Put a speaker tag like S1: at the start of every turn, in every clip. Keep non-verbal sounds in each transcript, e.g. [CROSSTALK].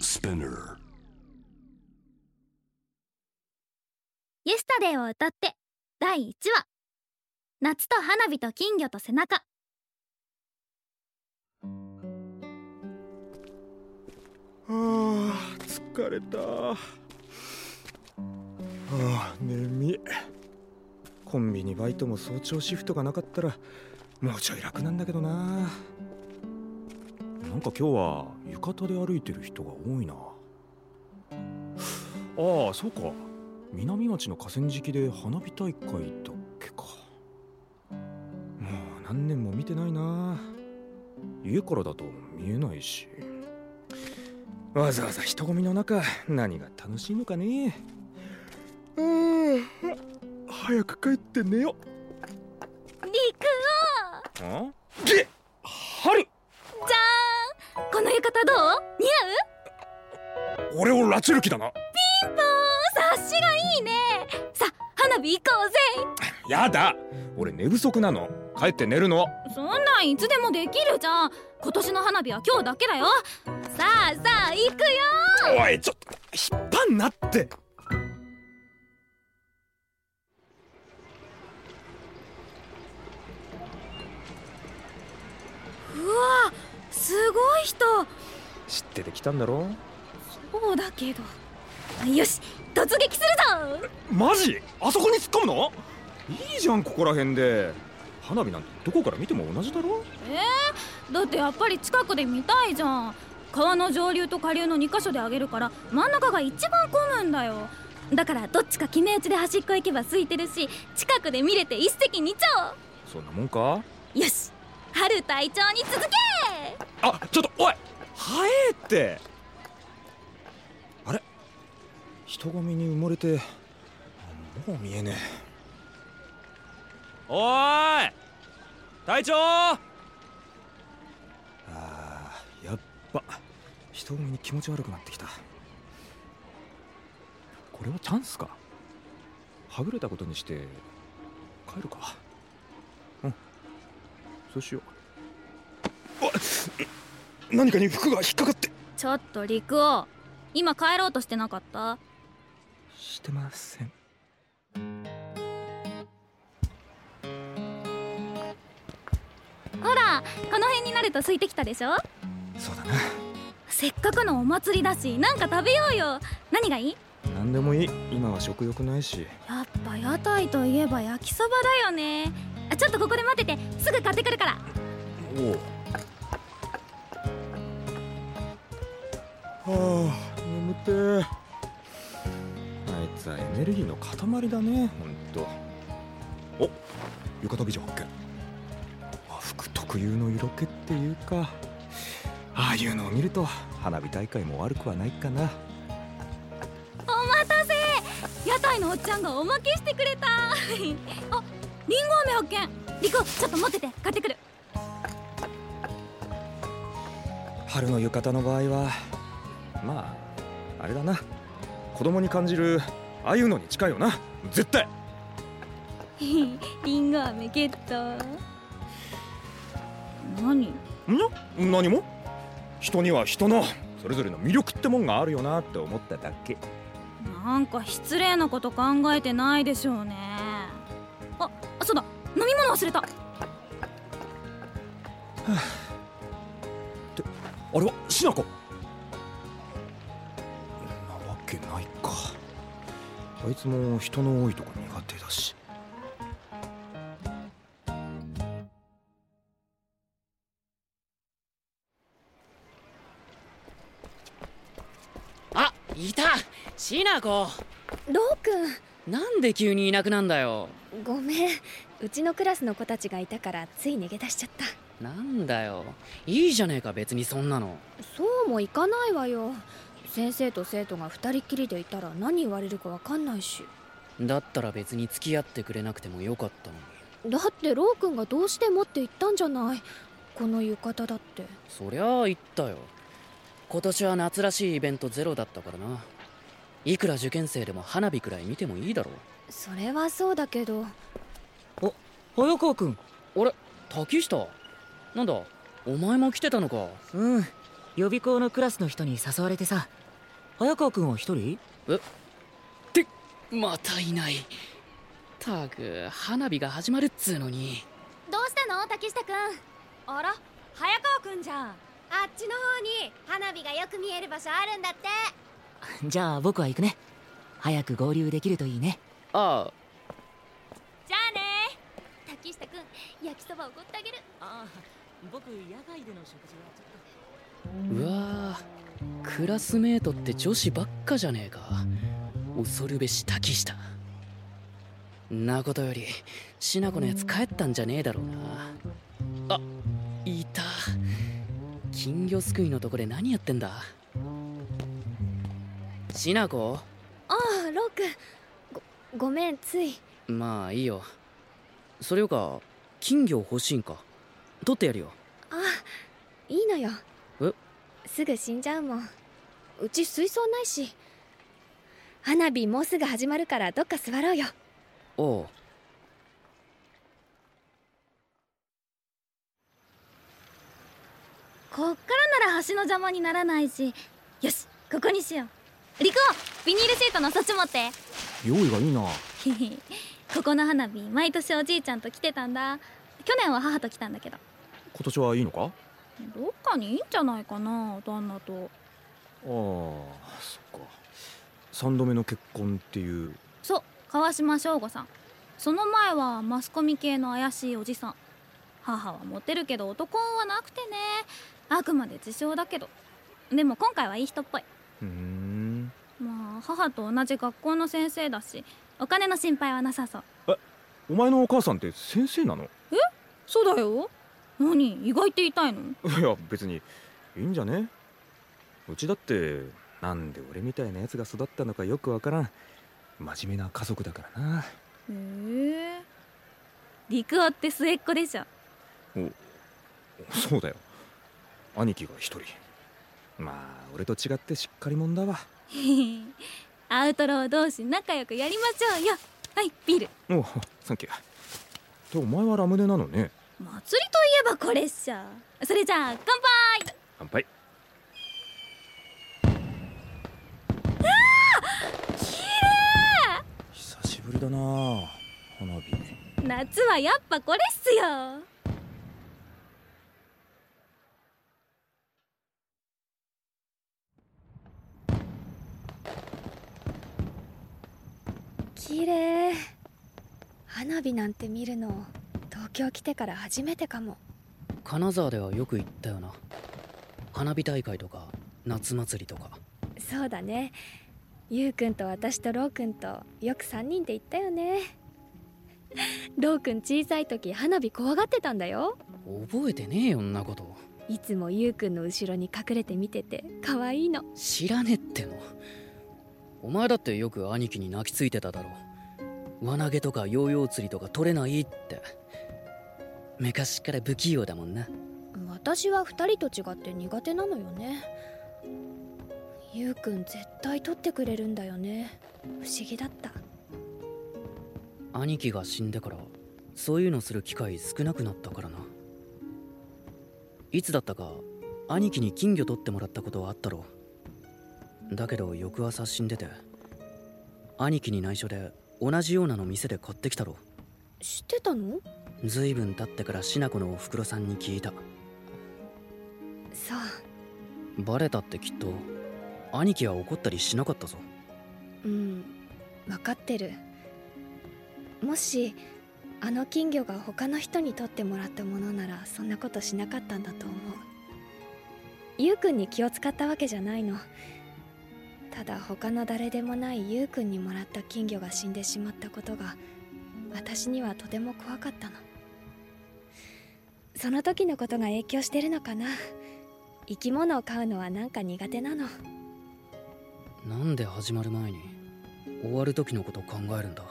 S1: Spinner.
S2: イエスタデーを歌って第1話夏と花火と金魚と背中
S3: はあ疲れたはあ眠いコンビニバイトも早朝シフトがなかったらもうちょい楽なんだけどななんか今日は浴衣で歩いてる人が多いなああそうか南町の河川敷で花火大会だっけかもう何年も見てないな家からだと見えないしわざわざ人混みの中何が楽しいのかねうん早く帰って寝よ
S2: 陸
S3: んで春
S2: 王じゃーんこの浴衣どう似
S3: 俺を拉致る気だな
S2: 合う察しがいいねさ花火行こう
S3: やだ俺寝不足なの帰って寝るの
S2: ぜそんなんいつでもできるじゃん今年の花火は今日だけだよさあさあ行くよ
S3: おいちょっと引っ張んなって
S2: うわすごい人
S3: 知っててきたんだろ
S2: そうだけどよし突撃するぞ
S3: マジあそこに突っ込むのいいじゃんここら辺で花火なんてどこから見ても同じだろ
S2: だってやっぱり近くで見たいじゃん川の上流と下流の2箇所であげるから真ん中が一番混むんだよだからどっちか決め打ちで端っこ行けば空いてるし近くで見れて一石二鳥
S3: そんなもんか
S2: よし春隊長に続け
S3: あちょっとおい早えってあれ人混みに埋もれてあもう見えねえおーい隊長ああーやっぱ人混みに気持ち悪くなってきたこれはチャンスかはぐれたことにして帰るかうんそうしよう何かに服が引っかかって
S2: ちょっと陸王今帰ろうとしてなかった
S3: してません
S2: ほらこの辺になると空いてきたでしょ
S3: そうだな
S2: せっかくのお祭りだしなんか食べようよ何がいい
S3: 何でもいい今は食欲ないし
S2: やっぱ屋台といえば焼きそばだよねあちょっとここで待っててすぐ買ってくるから
S3: おおはあ眠てーあいつはエネルギーの塊だねほんとお浴衣美女発見和服特有の色気っていうかああいうのを見ると花火大会も悪くはないかな
S2: お待たせ屋台のおっちゃんがおまけしてくれた [LAUGHS] ありんご飴発見リコちょっと持ってて買ってくる [LAUGHS]
S3: 春の浴衣の場合はまああれだな子供に感じるああいうのに近いよな絶対
S2: りんご飴ゲット何
S3: ん何も人には人のそれぞれの魅力ってもんがあるよなって思っただけ
S2: なんか失礼なこと考えてないでしょうねあそうだ飲み物忘れた
S3: あれはしなこなわけないかあいつも人の多いとこ苦手だし
S4: あいたシナコ
S5: ロウく
S4: なんで急にいなくなんだよ
S5: んごめんうちのクラスの子たちがいたからつい逃げ出しちゃった
S4: なんだよいいじゃねえか別にそんなの
S5: そうもいかないわよ先生と生徒が二人っきりでいたら何言われるかわかんないし
S4: だったら別に付き合ってくれなくてもよかったのに
S5: だってロウくんがどうしてもって言ったんじゃないこの浴衣だって
S4: そりゃあ言ったよ今年は夏らしいイベントゼロだったからないくら受験生でも花火くらい見てもいいだろ
S5: それはそうだけど
S4: 早川君あれ滝下なんだお前も来てたのかうん
S1: 予備校のクラスの人に誘われてさ早川君は一人
S4: ってまたいないたく花火が始まるっつうのに
S2: どうしたの竹下くんあら早川くんじゃん
S6: あっちの方に花火がよく見える場所あるんだって
S1: [LAUGHS] じゃあ僕は行くね早く合流できるといいね
S4: ああ
S2: じゃあね
S6: 滝下くん焼きそばおごってあげる
S1: ああ僕野外での食事
S4: う
S1: はちょっと
S4: わークラスメートって女子ばっかじゃねえか恐るべし滝下んなことよりしなこのやつ帰ったんじゃねえだろうなあいた金魚すくいのとこで何やってんだしなこ
S5: ああロックごごめんつい
S4: まあいいよそれよか金魚欲しいんか取ってやるよ
S5: あいいのよ
S4: え
S5: すぐ死んじゃうもんうち水槽ないし花火もうすぐ始まるからどっか座ろうよ
S4: おう
S2: こっからなら橋の邪魔にならないしよしここにしようリコビニールシートのそっち持って
S3: 用意がいいな
S2: へへ [LAUGHS] ここの花火毎年おじいちゃんと来てたんだ去年は母と来たんだけど
S3: 今年はいいのかあ
S2: どっかにいいんじゃないかな旦那と
S3: あそっか3度目の結婚っていう
S2: そう川島省吾さんその前はマスコミ系の怪しいおじさん母はモテるけど男運はなくてねあくまで自称だけどでも今回はいい人っぽいう
S3: ーん
S2: まあ母と同じ学校の先生だしお金の心配はなさそう
S3: お前のお母さんって先生なの [LAUGHS]
S2: そうだよ何意外って痛いの
S3: いや別にいいんじゃねうちだってなんで俺みたいなやつが育ったのかよくわからん真面目な家族だからな
S2: へえ陸王って末っ子でしょ
S3: そうだよ兄貴が一人まあ俺と違ってしっかり者だわ
S2: へへ [LAUGHS] アウトロー同士仲良くやりましょうよはいビール
S3: おうサンキューでお前はラムネなのね
S2: 祭りといえばこれっしょそれじゃあ乾杯
S3: 乾杯久しぶりだな花火
S2: 夏はやっぱこれっすよ
S5: 綺麗花火なんて見るの東京来てから初めてかも
S4: 金沢ではよく行ったよな花火大会とか夏祭りとか
S5: そうだねゆうくんと私とろうくんとよく3人で行ったよねろうくん小さい時花火怖がってたんだよ
S4: 覚えてねえよんなこと
S5: いつもゆうくんの後ろに隠れて見てて可愛いの
S4: 知らねえってのお前だってよく兄貴に泣きついてただろ輪投げとかヨーヨー釣りとか取れないって昔から不器用だもんな
S5: 私は2人と違って苦手なのよねゆうくん絶対取ってくれるんだよね不思議だった
S4: 兄貴が死んでからそういうのする機会少なくなったからないつだったか兄貴に金魚取ってもらったことはあったろだけど翌朝死んでて兄貴に内緒で同じようなの店で買ってきたろ
S5: 知ってたの
S4: ずいぶん経ってからしなこのおふくろさんに聞いた
S5: そう
S4: バレたってきっと兄貴は怒ったりしなかったぞ
S5: うん分かってるもしあの金魚が他の人に取ってもらったものならそんなことしなかったんだと思うゆうくんに気を使ったわけじゃないのただ他の誰でもないゆうくんにもらった金魚が死んでしまったことが私にはとても怖かったのその時のことが影響してるのかな生き物を飼うのはなんか苦手なの
S4: なんで始まる前に終わる時のこと考えるんだ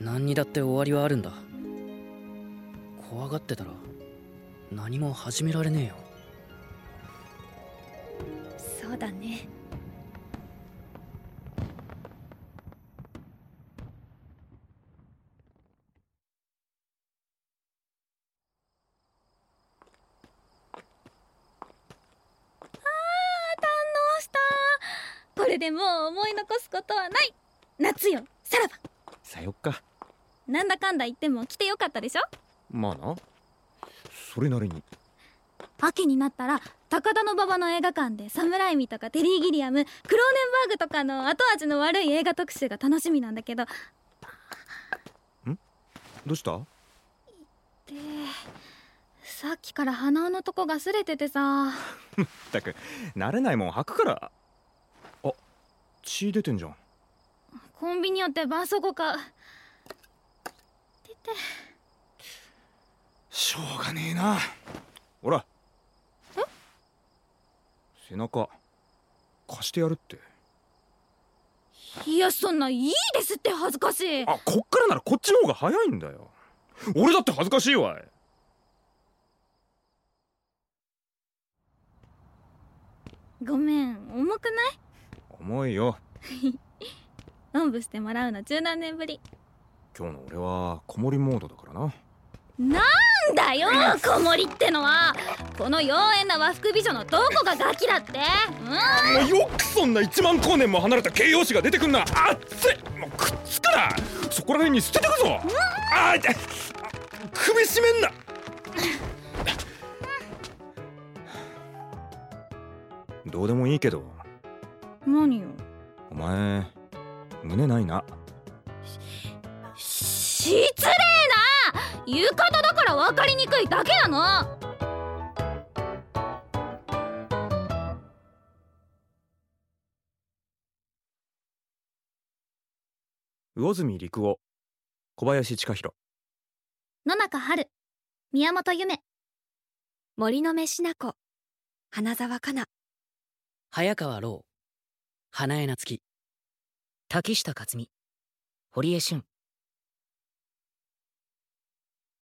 S4: 何にだって終わりはあるんだ怖がってたら何も始められねえよ
S5: そうだね
S2: れでもう思い残すことはない夏よさらば
S3: さよっか
S2: なんだかんだ言っても来てよかったでしょ
S3: まあなそれなりに
S2: 秋になったら高田馬場の映画館で「サムライミ」とか「テリー・ギリアム」「クローネンバーグ」とかの後味の悪い映画特集が楽しみなんだけど
S3: どうした
S2: でさっきから鼻緒のとこが擦れててさ
S3: ったく慣れないもん履くからあ血出てんじゃん
S2: コンビニ寄ってばんそこか
S3: しょうがねえなほら背中貸してやるって
S2: いやそんないいですって恥ずかしい
S3: あこっからならこっちの方が早いんだよ俺だって恥ずかしいわい
S2: ごめん重くない
S3: 重いよ
S2: おんぶしてもらうの十何年ぶり
S3: 今日の俺は子守モードだからな
S2: なんだよ子守ってのはこの妖艶な和服美女のどこがガキだってう
S3: もうよくそんな1万光年も離れた形容詞が出てくんなあっついもうくっつくなそこら辺に捨ててくぞあー痛い首絞めんなどうでもいいけど
S2: ん何よ
S3: お前胸ないな
S2: 失礼な浴衣だから分かりにくいだけなの
S3: 魚住陸夫小林千佳弘
S2: 野中春宮本夢
S5: 森の飯な子花沢香菜
S4: 早川ろう花江夏樹
S1: 滝下克美堀江俊